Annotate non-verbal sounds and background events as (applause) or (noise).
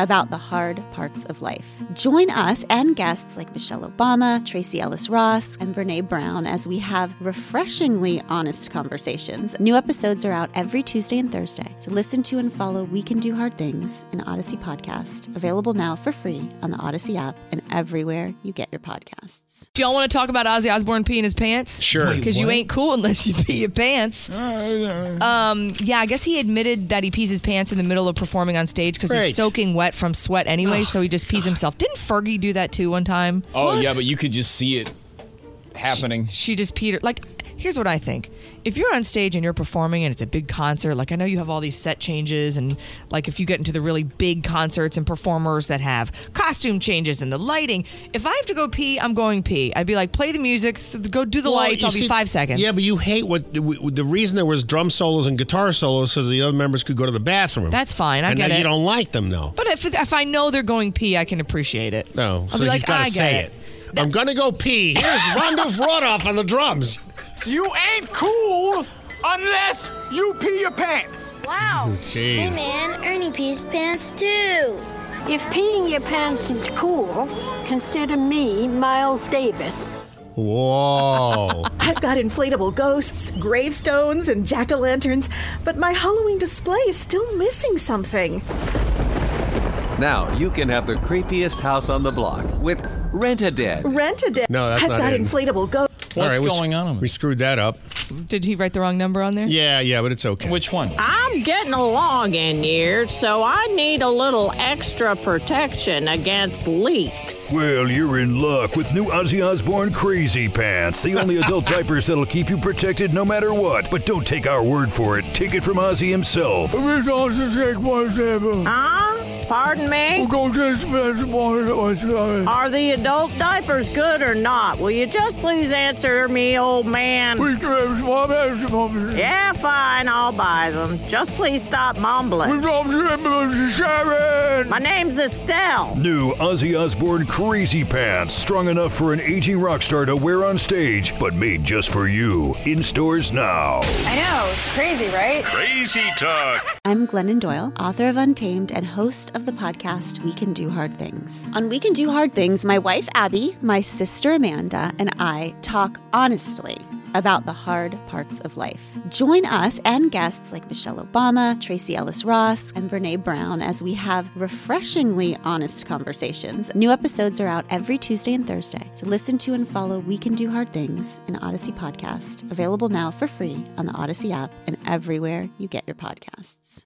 about the hard parts of life. Join us and guests like Michelle Obama, Tracy Ellis Ross, and Brene Brown as we have refreshingly honest conversations. New episodes are out every Tuesday and Thursday. So listen to and follow We Can Do Hard Things, an Odyssey podcast, available now for free on the Odyssey app and everywhere you get your podcasts. Do y'all want to talk about Ozzy Osbourne peeing his pants? Sure. Wait, Because you ain't cool unless you (laughs) pee your pants. Um, yeah, I guess he admitted that he pees his pants in the middle of performing on stage because Great. he's soaking wet from sweat anyway, so he just pees himself. Didn't Fergie do that too one time? Oh yeah, but you could just see it happening. She just peed her. Like, here's what I think. If you're on stage and you're performing and it's a big concert, like I know you have all these set changes, and like if you get into the really big concerts and performers that have costume changes and the lighting, if I have to go pee, I'm going pee. I'd be like, play the music, s- go do the Well, lights, you I'll be see- five seconds. Yeah, but you hate what w- the reason there was drum solos and guitar solos so the other members could go to the bathroom. That's fine, I and get now it. You don't like them though. But if, if I know they're going pee, I can appreciate it. No, I'll Oh, so be he's like, got I to get say it. it. I'm gonna go pee. (laughs) Here's Rondo Vrodoff on the drums. You ain't cool unless you pee your pants. Wow. (laughs) Jeez. Hey man, Ernie pees pants too. If peeing your pants is cool, consider me Miles Davis. (laughs) Whoa. I've got inflatable ghosts, gravestones, and jack o' lanterns, but my Halloween display is still missing something. Now you can have the creepiest house on the block with Rent a Dead. Rent a day. No, that's I've not got it. inflatable ghosts. All What's we going on with We screwed that up. Did he write the wrong number on there? Yeah, yeah, but it's okay. Which one? I'm getting along in years, so I need a little extra protection against leaks. Well, you're in luck with new Ozzy Osbourne Crazy Pants, the only (laughs) adult diapers that'll keep you protected no matter what. But don't take our word for it. Take it from Ozzy himself. Huh? Pardon me? Are the adult diapers good or not? Will you just please answer me, old man? Yeah, fine, I'll buy them. Just please stop mumbling. My name's Estelle. New Ozzy Osbourne Crazy Pants, strong enough for an aging rock star to wear on stage, but made just for you. In stores now. I know, it's crazy, right? Crazy Talk. I'm Glennon Doyle, author of Untamed and host of the podcast We Can Do Hard Things. On We Can Do Hard Things, my wife Abby, my sister Amanda, and I talk honestly about the hard parts of life. Join us and guests like Michelle Obama, Tracy Ellis Ross, and Brene Brown as we have refreshingly honest conversations. New episodes are out every Tuesday and Thursday. So listen to and follow We Can Do Hard Things, an Odyssey podcast, available now for free on the Odyssey app and everywhere you get your podcasts.